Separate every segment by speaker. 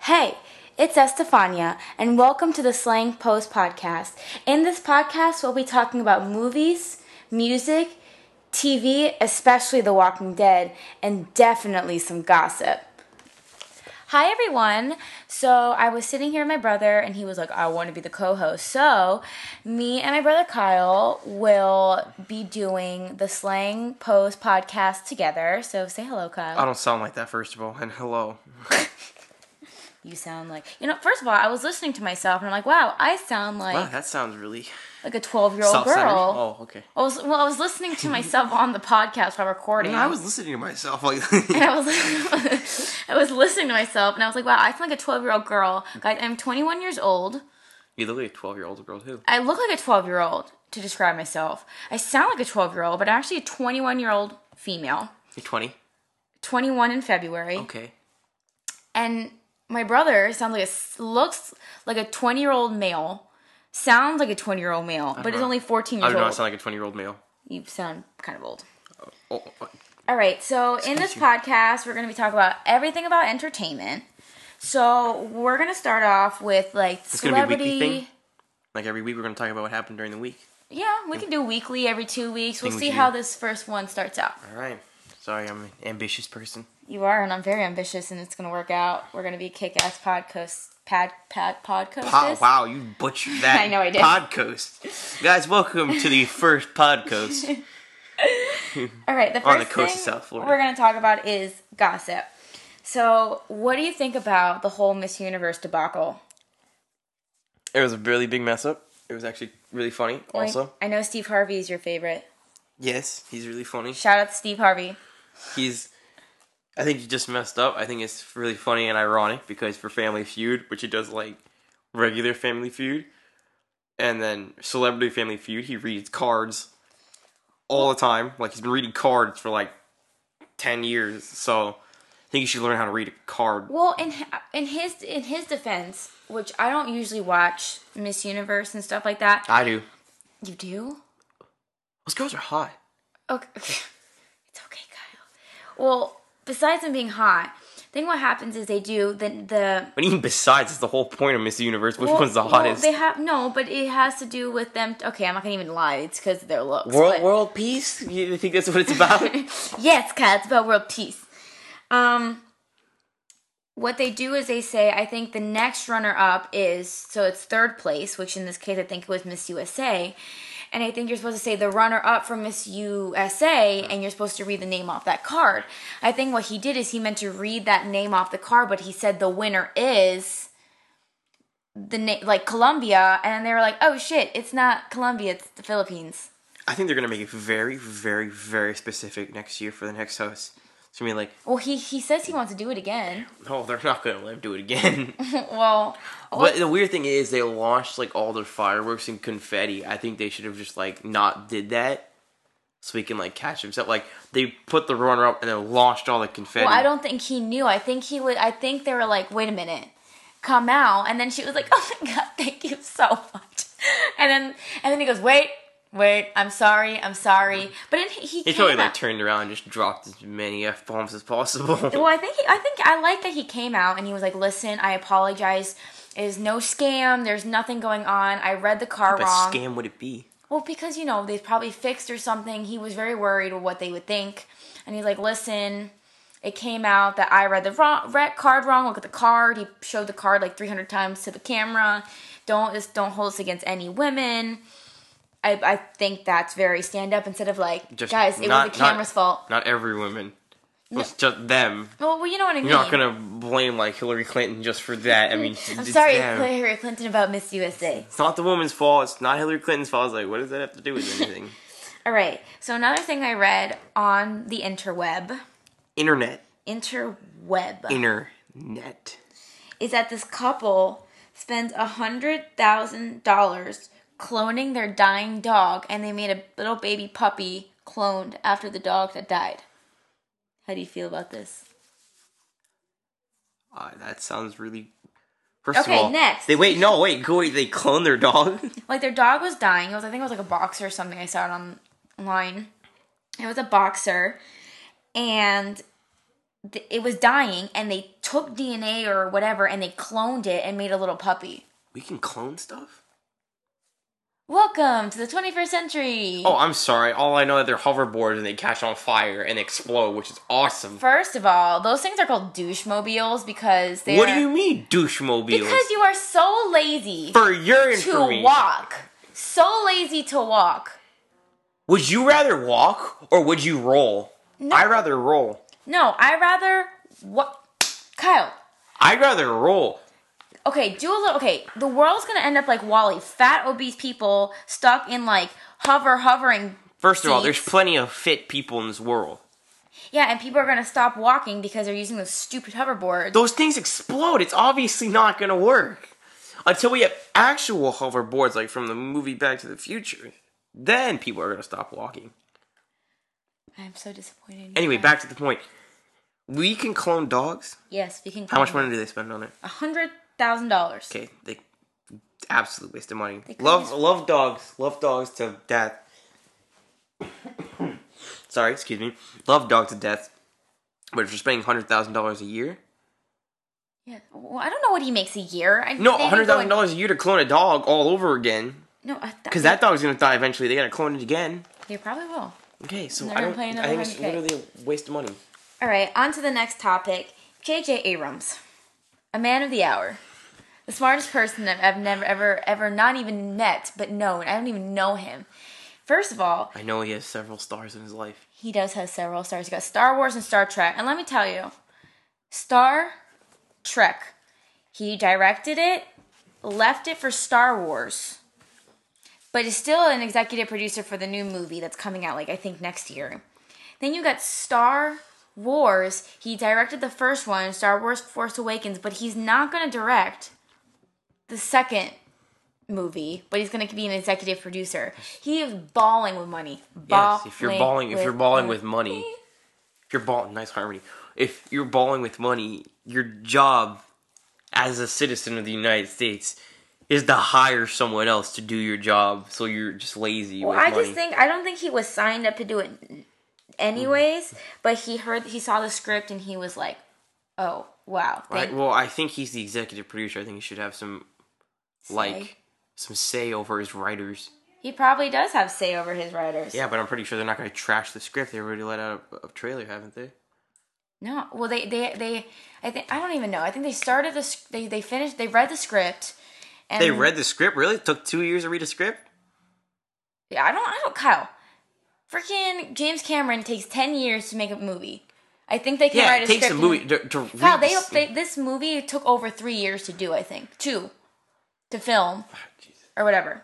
Speaker 1: Hey, it's Estefania, and welcome to the Slang Post podcast. In this podcast, we'll be talking about movies, music, TV, especially The Walking Dead, and definitely some gossip. Hi, everyone. So, I was sitting here with my brother, and he was like, I want to be the co host. So, me and my brother Kyle will be doing the Slang Post podcast together. So, say hello, Kyle.
Speaker 2: I don't sound like that, first of all. And hello.
Speaker 1: you sound like you know first of all i was listening to myself and i'm like wow i sound like
Speaker 2: Wow, that sounds really
Speaker 1: like a 12 year old
Speaker 2: South Side.
Speaker 1: girl
Speaker 2: Oh, okay.
Speaker 1: I was, well i was listening to myself on the podcast while recording
Speaker 2: And I was listening to myself. Like,
Speaker 1: and I was I was listening to myself and I was like, wow, I sound like a 12 year old girl. Guys, I'm 21 years old.
Speaker 2: you look like a 12 year old girl, too.
Speaker 1: I look like a 12 year old to describe myself. I sound like a 12 year old, but I'm actually a 21 year old female.
Speaker 2: You're 20.
Speaker 1: 21 in February.
Speaker 2: Okay.
Speaker 1: and my brother sounds like a s- looks like a 20 year old male sounds like a 20 year old male but is only 14
Speaker 2: I
Speaker 1: years
Speaker 2: don't know. I
Speaker 1: old
Speaker 2: sound like a 20 year old male.
Speaker 1: you sound kind of old
Speaker 2: Oh, oh,
Speaker 1: all right so in this podcast we're going to be talking about everything about entertainment so we're going to start off with like
Speaker 2: gonna be a
Speaker 1: celebrity
Speaker 2: weekly thing? like every week, we're going to talk about what happened during the week.
Speaker 1: yeah we can do weekly every two weeks we'll
Speaker 2: Thing we
Speaker 1: see
Speaker 2: do.
Speaker 1: how this first one starts out
Speaker 2: All right. Sorry, I'm an ambitious person.
Speaker 1: you are and i'm very ambitious and it's going to work out we're going to be a kick-ass podcast pad pad podcast
Speaker 2: Po- wow, you butchered that.
Speaker 1: I know I did.
Speaker 2: Podcast. Guys, welcome to the first podcast.
Speaker 1: All right, the first
Speaker 2: On the coast
Speaker 1: thing
Speaker 2: of South Florida.
Speaker 1: we're going to talk about is gossip. So, what do you think about the whole Miss Universe debacle?
Speaker 2: It was a really big mess up. It was actually really funny, also.
Speaker 1: I know Steve Harvey is your favorite.
Speaker 2: Yes, he's really funny.
Speaker 1: Shout out to Steve Harvey.
Speaker 2: he's I think he just messed up. I think it's really funny and ironic because for Family Feud, which he does like regular Family Feud, and then Celebrity Family Feud, he reads cards all the time. Like he's been reading cards for like ten years, so I think he should learn how to read a card.
Speaker 1: Well, in h- in his in his defense, which I don't usually watch Miss Universe and stuff like that.
Speaker 2: I do.
Speaker 1: You do?
Speaker 2: Those girls are hot.
Speaker 1: Okay. It's okay, Kyle. Well, besides them being hot, then what happens is they do the the
Speaker 2: But even besides, it's the whole point of Miss Universe. Which
Speaker 1: Well,
Speaker 2: one's the
Speaker 1: well,
Speaker 2: hottest?
Speaker 1: they have no, but it has to do with them. Okay, I'm not gonna even lie. It's because of their looks.
Speaker 2: world,
Speaker 1: but-
Speaker 2: world peace. You think that's what it's about?
Speaker 1: Yes, Kyle, it's about world peace. Um, what they do is they say, I think the next runner up is so it's third place, which in this case I think it was Miss USA, and I think you're supposed to say the runner up from Miss USA, and you're supposed to read the name off that card. I think what he did is he meant to read that name off the card, but he said the winner is. The name like Colombia, and they were like, "Oh shit, it's not Colombia, it's the Philippines."
Speaker 2: I think they're gonna make it very, very, very specific next year for the next host. It's gonna be like,
Speaker 1: Well, he he says he wants to do it again.
Speaker 2: no, they're not gonna let him do it again.
Speaker 1: well,
Speaker 2: but the weird thing is, they launched like all their fireworks and confetti. I think they should have just like not did that, so he can like catch himself. Like they put the runner up and then launched all the confetti.
Speaker 1: Well, I don't think he knew. I think he would. I think they were like, "Wait a minute, come out!" And then she was like, "Oh my god, thank you so much." And then and then he goes, "Wait, wait, I'm sorry, I'm sorry." But then he, he
Speaker 2: Mm-hmm. He
Speaker 1: came
Speaker 2: probably
Speaker 1: out.
Speaker 2: like turned around and just dropped as many f bombs as possible.
Speaker 1: well, I think he, I think I like that he came out and he was like, "Listen, I apologize. It is no scam. There's nothing going on. I read the car
Speaker 2: what
Speaker 1: wrong."
Speaker 2: scam would it be?
Speaker 1: Well, because you know they probably fixed or something. He was very worried of what they would think, and he's like, "Listen, it came out that I read the wrong, read card wrong. Look at the card. He showed the card like 300 times to the camera. Don't just don't hold this against any women." I, I think that's very stand up instead of like,
Speaker 2: Just
Speaker 1: guys, it
Speaker 2: not-
Speaker 1: was the camera's
Speaker 2: not-
Speaker 1: fault.
Speaker 2: Not every woman. It's just them.
Speaker 1: Well, well, you know what I mean.
Speaker 2: You're not gonna blame like Hillary Clinton just for that. I mean,
Speaker 1: I'm
Speaker 2: it's
Speaker 1: sorry,
Speaker 2: them.
Speaker 1: Hillary Clinton about Miss USA.
Speaker 2: It's not the woman's fault. It's not Hillary Clinton's fault. It's like, what does that have to do with anything?
Speaker 1: All right. So another thing I read on the interweb,
Speaker 2: Internet.
Speaker 1: interweb.
Speaker 2: Internet.
Speaker 1: is that this couple spends a hundred thousand dollars cloning their dying dog and they made a little baby puppy cloned after the dog that died how do you feel about this
Speaker 2: Uh, that sounds really. First
Speaker 1: Okay,
Speaker 2: of all,
Speaker 1: next.
Speaker 2: They wait. No, wait. Go. They clone their dog.
Speaker 1: like their dog was dying it was i think it was like a boxer or something i saw it online it was a boxer and th- it was dying, and they took DNA or whatever, and they cloned it and made a little puppy.
Speaker 2: We can clone stuff?
Speaker 1: Welcome to the 21st century.
Speaker 2: Oh, I'm sorry. All I know is they're hoverboards and they catch on fire and explode, which is awesome.
Speaker 1: First of all, those things are called douchemobiles because they
Speaker 2: What
Speaker 1: are,
Speaker 2: do you mean, douchemobiles?
Speaker 1: Because you are so lazy
Speaker 2: For your
Speaker 1: to
Speaker 2: information,
Speaker 1: walk. So lazy to walk.
Speaker 2: would you rather walk or would you roll?
Speaker 1: No.
Speaker 2: I'd rather roll.
Speaker 1: No, I rather what Kyle.
Speaker 2: I'd rather roll.
Speaker 1: Okay, do a little okay, the world's gonna end up like Wally. Fat obese people stuck in like hover hovering
Speaker 2: First of all, there's
Speaker 1: seats.
Speaker 2: plenty of fit people in this world.
Speaker 1: Yeah, and people are gonna stop walking because they're using those stupid hoverboards.
Speaker 2: Those things explode. It's obviously not going to work. Until we have actual hoverboards like from the movie Back to the Future, then people are going to stop walking.
Speaker 1: I'm so disappointed. in you,
Speaker 2: Anyway,
Speaker 1: Kyle.
Speaker 2: back to the point. We can clone dogs.
Speaker 1: Yes, we can
Speaker 2: How much money do they spend on it?
Speaker 1: A hundred thousand dollars.
Speaker 2: Okay, they absolute waste of money.
Speaker 1: couldn't
Speaker 2: Love
Speaker 1: use-
Speaker 2: love dogs. Love dogs to death. Sorry, excuse me. Love dogs to death. But if you're spending hundred thousand dollars a year,
Speaker 1: Yeah. Well, I don't know what he makes a year. I,
Speaker 2: no,
Speaker 1: they didn't
Speaker 2: hundred
Speaker 1: go
Speaker 2: thousand
Speaker 1: in-
Speaker 2: dollars a year to clone a dog all over again.
Speaker 1: No,
Speaker 2: Because that dog's gonna die eventually. They gotta clone it again.
Speaker 1: You probably will.
Speaker 2: Okay, so
Speaker 1: They're
Speaker 2: I
Speaker 1: gonna
Speaker 2: don't.
Speaker 1: pay
Speaker 2: I
Speaker 1: another
Speaker 2: think it's
Speaker 1: 100K.
Speaker 2: literally a waste of money.
Speaker 1: All right, on to the next topic. J.J. Abrams, a man of the hour, the smartest person I've, I've never, ever, ever, not even net, but known. I don't even know him. First of all,
Speaker 2: I know he has several stars in his life.
Speaker 1: he does have several stars. He got Star Wars and Star Trek, and let me tell you, Star Trek. He directed it, left it for Star Wars, but is still an executive producer for the new movie that's coming out, like I think next year. Then you got Star Wars. He directed the first one, Star Wars Force Awakens, but he's not going to direct the second movie, but he's going to be an executive producer. He is balling with money.
Speaker 2: yes, if you're balling, if you're balling with money, if you're balling, nice harmony. If you're balling with money, your job as a citizen of the United States is to hire someone else to do your job. So you're just lazy
Speaker 1: Well,
Speaker 2: with
Speaker 1: I
Speaker 2: money.
Speaker 1: just think I don't think he was signed up to do it anyways,
Speaker 2: Mm-hmm.
Speaker 1: but he heard he saw the script and he was like, "Oh, wow."
Speaker 2: Right,
Speaker 1: Thank
Speaker 2: well, I think he's the executive producer. I think he should have some, like, some say over his writers.
Speaker 1: He probably does have say over his writers.
Speaker 2: Yeah, but I'm pretty sure they're not going to trash the script. They already let out a, a trailer, haven't they?
Speaker 1: No, well they they they I think I don't even know. I think they started the sc- they they finished they read the script and
Speaker 2: They read the script. Really, it took two years to read a script.
Speaker 1: Yeah, I don't I don't Kyle. Freaking James Cameron takes 10 years to make a movie. I think they can
Speaker 2: Yeah,
Speaker 1: write
Speaker 2: it
Speaker 1: a
Speaker 2: takes a
Speaker 1: script. in-
Speaker 2: movie to, to read.
Speaker 1: Kyle, they,
Speaker 2: the s-
Speaker 1: they this movie took over 3 years to do, I think. 2 to film.
Speaker 2: Jesus.
Speaker 1: or whatever.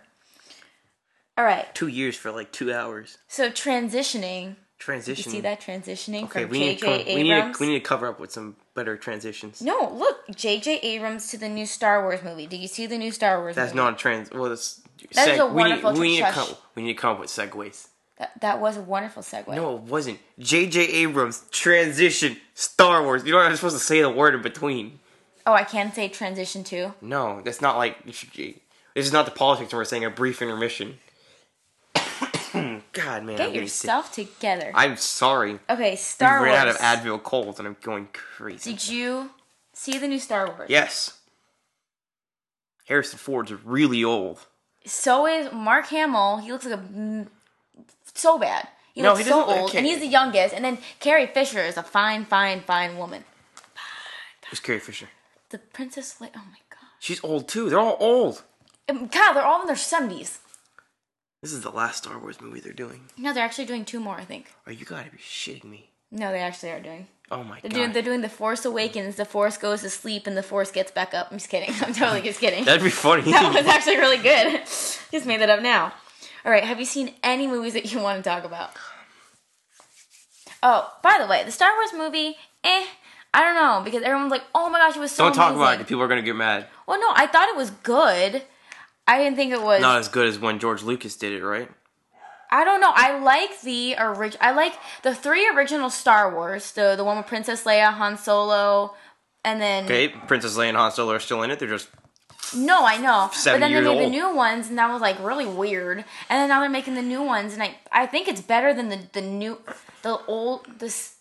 Speaker 1: All right.
Speaker 2: two years for like two hours.
Speaker 1: So transitioning. You
Speaker 2: Transition.
Speaker 1: see that transitioning
Speaker 2: Okay,
Speaker 1: from
Speaker 2: we need, to
Speaker 1: J.J. Abrams.
Speaker 2: come, we need to we need to cover up with some better transitions.
Speaker 1: no, look, J.J. Abrams to the new Star Wars movie. Did you see the new Star Wars?
Speaker 2: That's
Speaker 1: movie?
Speaker 2: not a trans. Well, that's
Speaker 1: That is a
Speaker 2: we need,
Speaker 1: wonderful
Speaker 2: we need to
Speaker 1: shush.
Speaker 2: come. We need to come up with segues.
Speaker 1: That, that was a wonderful segue.
Speaker 2: No, it wasn't. J.J. Abrams transition Star Wars. You know I'm supposed to say the word in between.
Speaker 1: Oh, I can say transition too.
Speaker 2: No, that's not like you should- This is not the politics where we're saying a brief intermission. God, man, I'm
Speaker 1: Get
Speaker 2: getting sick.
Speaker 1: yourself together.
Speaker 2: I'm sorry.
Speaker 1: okay,
Speaker 2: We
Speaker 1: Star
Speaker 2: ran
Speaker 1: Wars.
Speaker 2: out of Advil colds, and I'm going crazy.
Speaker 1: Did you see the new Star Wars?
Speaker 2: Yes. Harrison Ford's really old.
Speaker 1: So is Mark Hamill. He looks like a mm, so bad. He
Speaker 2: No,
Speaker 1: looks
Speaker 2: he
Speaker 1: so
Speaker 2: doesn't look-
Speaker 1: old, and he's the youngest. And then Carrie Fisher is a fine, fine, fine woman.
Speaker 2: Who's Carrie Fisher?
Speaker 1: The Princess Leia. Oh my god.
Speaker 2: She's old too. They're all old.
Speaker 1: Um, Kyle, they're all in their seventies.
Speaker 2: This is the last Star Wars movie they're doing.
Speaker 1: No, they're actually doing two more, I think.
Speaker 2: Are you gotta be shitting me?
Speaker 1: No, they actually are doing.
Speaker 2: Oh my
Speaker 1: They're
Speaker 2: god.
Speaker 1: doing. They're doing the Force Awakens. The Force goes to sleep, and the Force gets back up. I'm just kidding. I'm totally just kidding.
Speaker 2: That'd be funny.
Speaker 1: that was actually really good. just made that up now. All right. Have you seen any movies that you want to talk about? Oh, by the way, the Star Wars movie. Eh, I don't know because everyone's like, "Oh my gosh, it was so."
Speaker 2: Don't talk about it.
Speaker 1: amazing."
Speaker 2: 'cause People are gonna get mad.
Speaker 1: Well, no, I thought it was good. I didn't think it was.
Speaker 2: Not as good as when George Lucas did it, right?
Speaker 1: I don't know. I like the orig- I like the three original Star Wars. The the one with Princess Leia, Han Solo, and then
Speaker 2: Okay, Princess Leia and Han Solo are still in it. They're just
Speaker 1: no, I know. But
Speaker 2: Seven
Speaker 1: then they
Speaker 2: years
Speaker 1: made the
Speaker 2: old.
Speaker 1: new ones, and that was like really weird. And then now they're making the new ones, and I I think it's better than the the new the old this.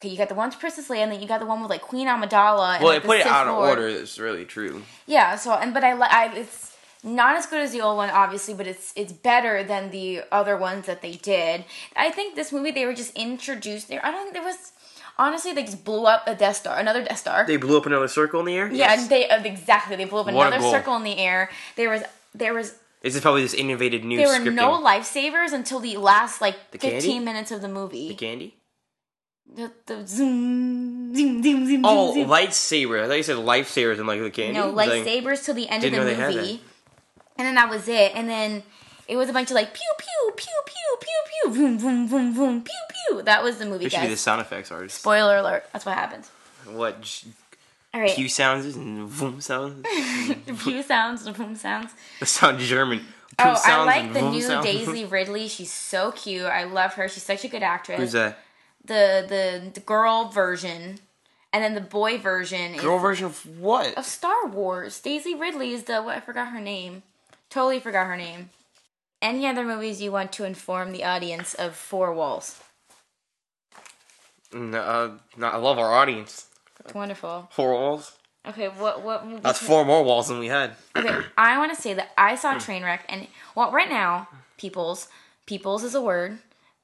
Speaker 1: Okay, you got the one to Princess Leia, and then you got the one with like Queen Amidala. And,
Speaker 2: Well,
Speaker 1: like,
Speaker 2: they
Speaker 1: the
Speaker 2: put it
Speaker 1: Sith
Speaker 2: out of
Speaker 1: Lord.
Speaker 2: order. It's really true.
Speaker 1: Yeah. So, and but I, li- I it's not as good as the old one, obviously, but it's it's better than the other ones that they did. I think this movie they were just introduced there. I don't think there was honestly they just blew up a Death Star, another Death Star.
Speaker 2: They blew up another circle in the air.
Speaker 1: yeah,
Speaker 2: Yes.
Speaker 1: they uh, exactly they blew up
Speaker 2: What a
Speaker 1: another
Speaker 2: goal.
Speaker 1: circle in the air. There was there was
Speaker 2: This is probably this innovative new
Speaker 1: there
Speaker 2: scripting.
Speaker 1: were no lifesavers until the last like
Speaker 2: candy?
Speaker 1: 15 minutes of the movie.
Speaker 2: The candy.
Speaker 1: The, the zoom, zoom, zoom, zoom,
Speaker 2: Oh,
Speaker 1: zoom.
Speaker 2: lightsaber. I thought you said lifesavers and like the candy.
Speaker 1: no,
Speaker 2: Like,
Speaker 1: lightsabers till the end of
Speaker 2: Didn't
Speaker 1: the
Speaker 2: know they had
Speaker 1: movie, and then that was it. And then it was a bunch of like pew pew pew pew pew pew boom boom boom boom pew pew. That was the movie,
Speaker 2: we should be the
Speaker 1: guys.
Speaker 2: sound effects artist.
Speaker 1: Spoiler alert. That's what happens.
Speaker 2: what j-
Speaker 1: All right,
Speaker 2: pew sounds and vroom sounds.
Speaker 1: the pew sounds, the boom sounds.
Speaker 2: That sound German. Pew
Speaker 1: Oh, I
Speaker 2: sounds
Speaker 1: like
Speaker 2: and
Speaker 1: the
Speaker 2: vroom
Speaker 1: new
Speaker 2: sounds.
Speaker 1: Daisy Ridley. She's so cute. I love her. She's such a good actress.
Speaker 2: Who's that?
Speaker 1: The the the girl version, and then the boy version.
Speaker 2: Girl
Speaker 1: is
Speaker 2: version of what?
Speaker 1: of Star Wars. Daisy Ridley is the what I forgot her name. Totally forgot her name. Any other movies you want to inform the audience of Four Walls?
Speaker 2: No, uh, no, I love our audience.
Speaker 1: Wonderful.
Speaker 2: Four walls.
Speaker 1: Okay, what what movie?
Speaker 2: That's four more walls than we had.
Speaker 1: Okay, I want to say that I saw Trainwreck, and well, right now, peoples, peoples is a word.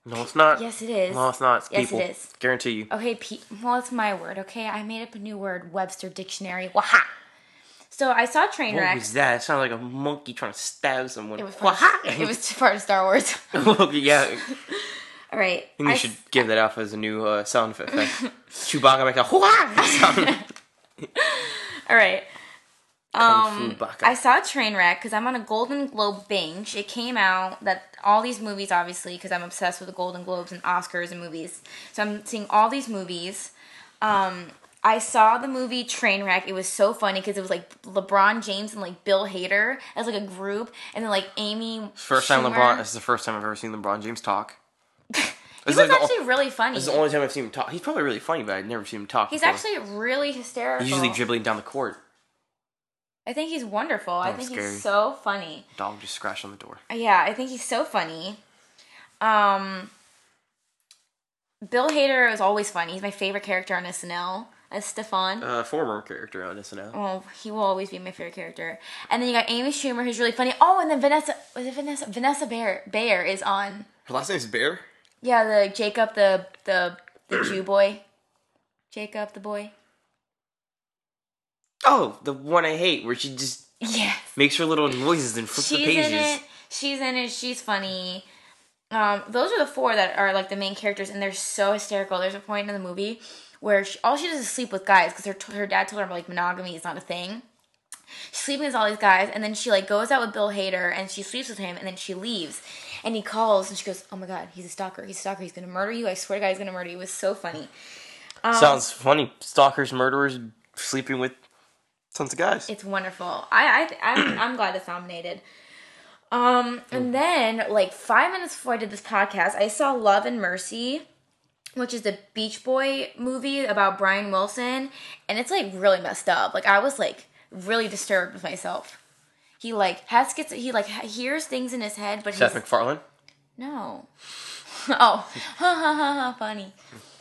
Speaker 2: No, it's not.
Speaker 1: Yes, it is.
Speaker 2: No, it's not. It's
Speaker 1: Yes, it
Speaker 2: people.
Speaker 1: is.
Speaker 2: Guarantee you.
Speaker 1: Okay, pe- well, it's my word. Okay, I made up a new word, Webster Dictionary. Waha. So I saw
Speaker 2: What
Speaker 1: Trainwreck.
Speaker 2: was that? It sounded like a monkey trying to stab someone.
Speaker 1: It was part of, it was part of Star Wars.
Speaker 2: yeah, I
Speaker 1: All right.
Speaker 2: think we
Speaker 1: I
Speaker 2: should give that off as a new uh, sound effect. Chewbacca make a hua sound.
Speaker 1: All right.
Speaker 2: Kung
Speaker 1: Um,
Speaker 2: Fu Baka.
Speaker 1: I saw Trainwreck because I'm on a Golden Globe binge. It came out that all these movies, obviously, because I'm obsessed with the Golden Globes and Oscars and movies. So I'm seeing all these movies. Um, I saw the movie Trainwreck. It was so funny because it was like LeBron James and like Bill Hader as like a group, and then like Amy.
Speaker 2: First time
Speaker 1: Schumer.
Speaker 2: LeBron. This is the first time I've ever seen LeBron James talk.
Speaker 1: He
Speaker 2: It's
Speaker 1: was
Speaker 2: like the o-
Speaker 1: actually really funny.
Speaker 2: This is the only time I've seen him talk. He's probably really funny, but I've never seen him talk.
Speaker 1: He's
Speaker 2: before.
Speaker 1: actually really hysterical.
Speaker 2: He's usually dribbling down the court.
Speaker 1: I think he's wonderful. I
Speaker 2: That was
Speaker 1: think
Speaker 2: scary.
Speaker 1: he's so funny.
Speaker 2: Dog just scratched on the door.
Speaker 1: Yeah, I think he's so funny. Um, Bill Hader is always funny. He's my favorite character on SNL as Stefan.
Speaker 2: Uh, former character on SNL.
Speaker 1: well, he will always be my favorite character. And then you got Amy Schumer, who's really funny. Oh, and then Vanessa was it Vanessa Vanessa Bear Bear is on.
Speaker 2: Her last name's Bear.
Speaker 1: Yeah, the Jacob the the the Jew boy, Jacob the boy.
Speaker 2: Oh, the one I hate, where she just
Speaker 1: Yes,
Speaker 2: makes her little noises and flips the
Speaker 1: she's
Speaker 2: pages.
Speaker 1: in it. She's in it. She's funny. um, those are the four that are like the main characters, and they're so hysterical. There's a point in the movie where she, all she does is sleep with guys because her t- her dad told her like monogamy is not a thing. She's sleeping with all these guys, and then she like goes out with Bill Hader, and she sleeps with him, and then she leaves, and he calls, and she goes, "Oh my God, he's a stalker! He's a stalker! He's gonna murder you! I swear to God, he's gonna murder you!" It was so funny. um,
Speaker 2: Sounds funny. Stalkers, murderers, sleeping with tons of guys.
Speaker 1: It's wonderful. I I th- I'm, I'm glad it's nominated. Um, and then like five minutes before I did this podcast, I saw Love and Mercy, which is the Beach Boy movie about Brian Wilson, and it's like really messed up. Like I was like really disturbed with myself. He like has schizo- he like ha- hears things in his head, but
Speaker 2: Seth
Speaker 1: he's
Speaker 2: MacFarlane.
Speaker 1: no. oh, ha ha ha ha, funny.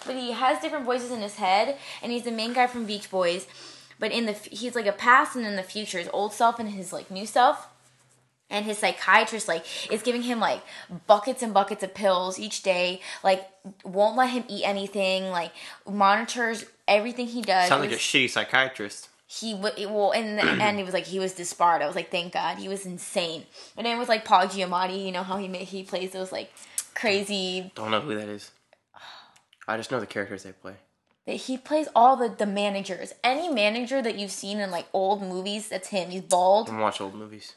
Speaker 1: But he has different voices in his head, and he's the main guy from Beach Boys. But in the f- he's like a past and in the future, his old self and his like new self. And his psychiatrist like is giving him like buckets and buckets of pills each day. Like won't let him eat anything. Like monitors everything he does.
Speaker 2: Sounds
Speaker 1: It
Speaker 2: like a
Speaker 1: was-
Speaker 2: shitty psychiatrist.
Speaker 1: he w- it- well in the end he was like he was disbarred. I was like thank God he was insane. And then it was like Paul Giamatti, you know how he ma- he plays those like crazy
Speaker 2: Don't know who that is. I just know the characters they play.
Speaker 1: that he plays all the the managers. Any manager that you've seen in like old movies, that's him. He's bald.
Speaker 2: I don't watch old movies.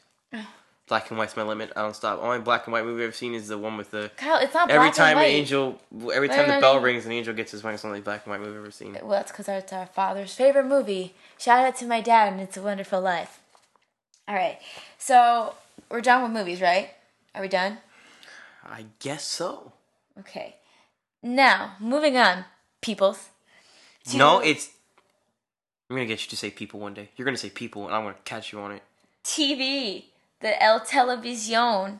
Speaker 2: Black and white's my limit. I don't stop. Only black and white movie I've seen is the one with the.
Speaker 1: Kyle, it's not
Speaker 2: Every
Speaker 1: black
Speaker 2: time
Speaker 1: and white.
Speaker 2: an angel, every time
Speaker 1: no,
Speaker 2: the
Speaker 1: no,
Speaker 2: bell
Speaker 1: no.
Speaker 2: rings, an angel gets his wings. Only black and white movie I've ever seen.
Speaker 1: Well, that's because that's our father's favorite movie. Shout out to my dad and It's a Wonderful Life. All right, so we're done with movies, right? Are we done?
Speaker 2: I guess so.
Speaker 1: Okay. Now moving on, peoples. to-
Speaker 2: No, it's. I'm gonna get you to say people one day. You're gonna say people, and I'm gonna catch you on it.
Speaker 1: TV, the El Televisión,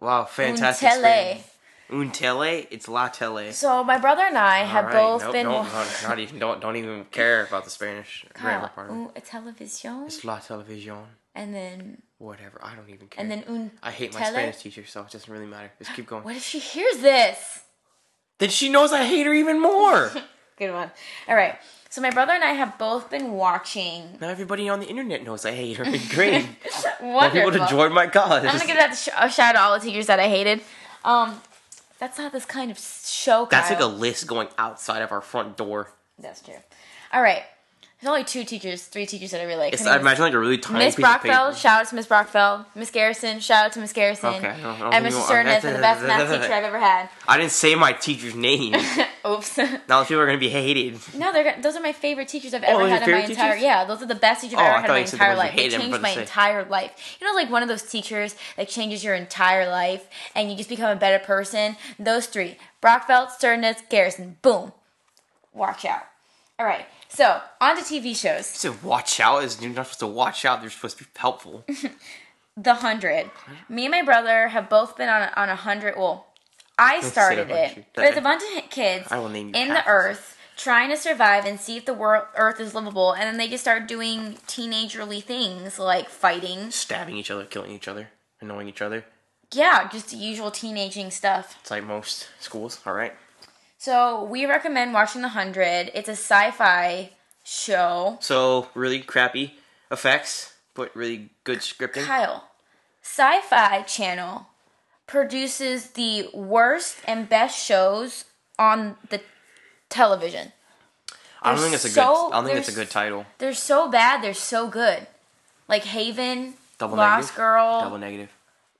Speaker 2: Wow,
Speaker 1: un
Speaker 2: fantastic!
Speaker 1: tele.
Speaker 2: screen. Un tele, it's la tele.
Speaker 1: So my brother and I have
Speaker 2: All right,
Speaker 1: both
Speaker 2: nope,
Speaker 1: been.
Speaker 2: don't,
Speaker 1: wa-
Speaker 2: not, not even, don't, don't even care about the Spanish grammar
Speaker 1: Kyle,
Speaker 2: part. of it.
Speaker 1: un television,
Speaker 2: It's la televisión.
Speaker 1: and then
Speaker 2: Whatever. I don't even care.
Speaker 1: and then un.
Speaker 2: I hate my
Speaker 1: tele-
Speaker 2: Spanish teacher, so it doesn't really matter. Just keep going.
Speaker 1: What if she hears this?
Speaker 2: Then she knows I hate her even more.
Speaker 1: Good one. All right. So my brother and I have both been watching.
Speaker 2: now everybody on the internet knows I hate her. Great. Want people
Speaker 1: Wonderful.
Speaker 2: to join my cause.
Speaker 1: I'm gonna give that sh- a shout out to all the teachers that I hated. Um, that's not this kind of s- show.
Speaker 2: That's
Speaker 1: Kyle.
Speaker 2: like a list going outside of our front door.
Speaker 1: That's true. All right. There's only two teachers, three teachers that I really like.
Speaker 2: It's,
Speaker 1: Her name
Speaker 2: I
Speaker 1: is
Speaker 2: imagine like a really tiny
Speaker 1: Miss
Speaker 2: piece of paper.
Speaker 1: Brockfeld, shout out to Miss Brockfeld. Miss Garrison, shout out to Miss Garrison.
Speaker 2: Okay, I don't- I don't
Speaker 1: and
Speaker 2: think
Speaker 1: Mr.
Speaker 2: we want-
Speaker 1: Cernan has been the best math teacher I've ever had.
Speaker 2: I didn't say my teacher's name.
Speaker 1: Oops.
Speaker 2: now those people are gonna be hated.
Speaker 1: no, they're go- those are my favorite teachers I've ever
Speaker 2: those are
Speaker 1: had in
Speaker 2: Oh, your
Speaker 1: my
Speaker 2: favorite
Speaker 1: entire
Speaker 2: teachers?
Speaker 1: yeah. Those are the best teachers
Speaker 2: Oh,
Speaker 1: I've ever
Speaker 2: I
Speaker 1: had
Speaker 2: thought
Speaker 1: in my
Speaker 2: you said the ones
Speaker 1: entire
Speaker 2: you
Speaker 1: life. They
Speaker 2: hated, I'm
Speaker 1: changed
Speaker 2: about
Speaker 1: my
Speaker 2: to say.
Speaker 1: entire life. You know, like one of those teachers that changes your entire life and you just become a better person. Those three: Brockfeld, Cernan, Garrison. Boom. Watch out. All right. So on to TV shows.
Speaker 2: You said watch out. Is you're not supposed to watch out. They're supposed to be helpful.
Speaker 1: The Hundred. Me and my brother have both been on on a hundred. Well, I started
Speaker 2: a hundred.
Speaker 1: it, but it's a bunch of kids
Speaker 2: I will name you
Speaker 1: in
Speaker 2: half
Speaker 1: the
Speaker 2: of them.
Speaker 1: Earth trying to survive and see if the world Earth is livable, and then they just start doing teenagerly things like fighting.
Speaker 2: Stabbing each other, killing each other, annoying each other.
Speaker 1: Yeah, just the usual teenaging stuff.
Speaker 2: It's like most schools. All right.
Speaker 1: So we recommend watching The Hundred. It's a sci-fi show.
Speaker 2: So really crappy effects, but really good scripting.
Speaker 1: Kyle, Sci-Fi Channel produces the worst and best shows on the television.
Speaker 2: I don't think it's a good.
Speaker 1: so-
Speaker 2: I don't think it's a
Speaker 1: there's-
Speaker 2: good title.
Speaker 1: They're so bad. They're so good. Like Haven,
Speaker 2: Double
Speaker 1: Lost
Speaker 2: negative. Double
Speaker 1: Girl,
Speaker 2: negative.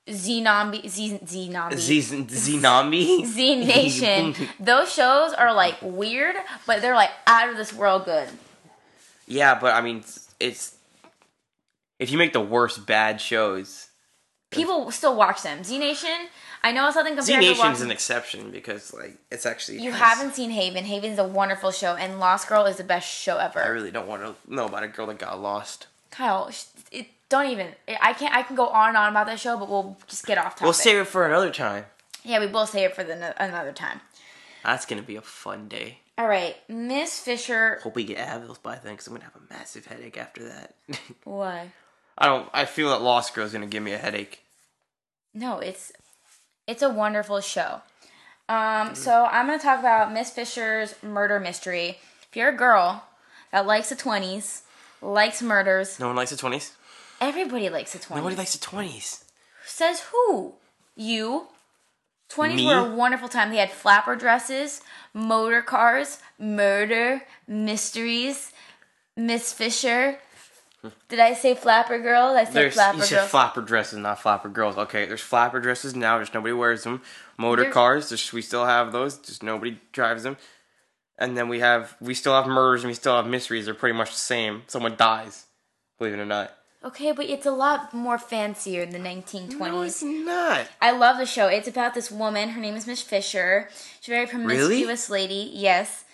Speaker 1: Xenombi, Z Xenombi,
Speaker 2: Z Zenombie.
Speaker 1: Z Nation. Those shows are like weird, but they're like out of this world good.
Speaker 2: yeah, but I mean, it's- it's if you make the worst bad shows,
Speaker 1: People still watch them. Z Nation. I know it's nothing
Speaker 2: Z
Speaker 1: compared to
Speaker 2: Nation is
Speaker 1: watching.
Speaker 2: an exception because like it's actually
Speaker 1: you
Speaker 2: it's-
Speaker 1: haven't seen Haven. Haven's a wonderful show, and Lost Girl is the best show
Speaker 2: I
Speaker 1: ever.
Speaker 2: really don't want to know about a girl that got lost.
Speaker 1: Kyle, sh- it, don't even. I can't. I can go on and on about that show, but we'll just get off topic.
Speaker 2: We'll save it for another time.
Speaker 1: yeah, we will save it for the, another time.
Speaker 2: That's gonna be a fun day.
Speaker 1: All right, Miss Fisher.
Speaker 2: Hope we get Advils by then, because I'm gonna have a massive headache after that.
Speaker 1: Why?
Speaker 2: I don't. I feel that Lost Girl's gonna give me a headache.
Speaker 1: No, it's it's a wonderful show. Um, so I'm gonna talk about Miss Fisher's murder mystery. If you're a girl that likes the twenties, likes murders,
Speaker 2: No one likes the twenties.
Speaker 1: everybody likes the
Speaker 2: Nobody
Speaker 1: twenties.
Speaker 2: likes the twenties.
Speaker 1: Says who? You. Twenties
Speaker 2: Me?
Speaker 1: were a wonderful time. They had flapper dresses, motor cars, murder, mysteries, Miss Fisher. Did I say flapper girl? I said
Speaker 2: There's
Speaker 1: flapper
Speaker 2: you said
Speaker 1: girl.
Speaker 2: flapper dresses, not flapper girls. Okay, there's flapper dresses now. Just nobody wears them. Motor
Speaker 1: There's-
Speaker 2: cars. Just, we still have those. Just nobody drives them. And then we have we still have murders and we still have mysteries. They're pretty much the same. Someone dies, believe it or not.
Speaker 1: okay, but it's a lot more fancier in the 1920s.
Speaker 2: No, it's not.
Speaker 1: I love the show. It's about this woman. Her name is Miss Fisher. She's a very promiscuous lady. Yes.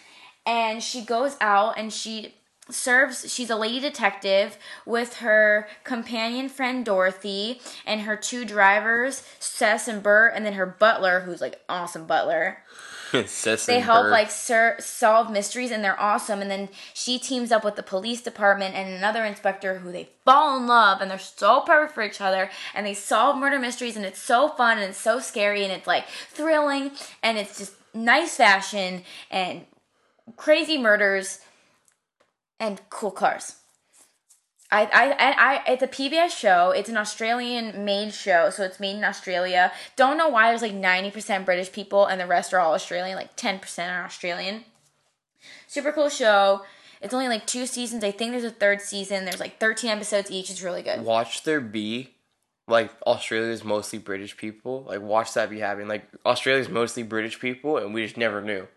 Speaker 1: And she goes out and she serves, she's a lady detective with her companion friend Dorothy and her two drivers, Sess and Bert, and then her butler, who's like awesome butler
Speaker 2: Sesame
Speaker 1: they help
Speaker 2: Bird.
Speaker 1: like ser- solve mysteries and they're awesome and then she teams up with the police department and another inspector who they fall in love and they're so perfect for each other and they solve murder mysteries and it's so fun and it's so scary and it's like thrilling and it's just nice fashion and crazy murders and cool cars I, I, I, I, it's a PBS show. It's an Australian made show, so it's made in Australia. Don't know why there's like 90% British people and the rest are all Australian, like 10% are Australian. Super cool show. It's only like two seasons. I think there's a third season. There's like 13 episodes each. It's really good.
Speaker 2: watch there be like Australia's mostly British people. Like watch that be happening. Like Australia's mostly British people, and we just never knew.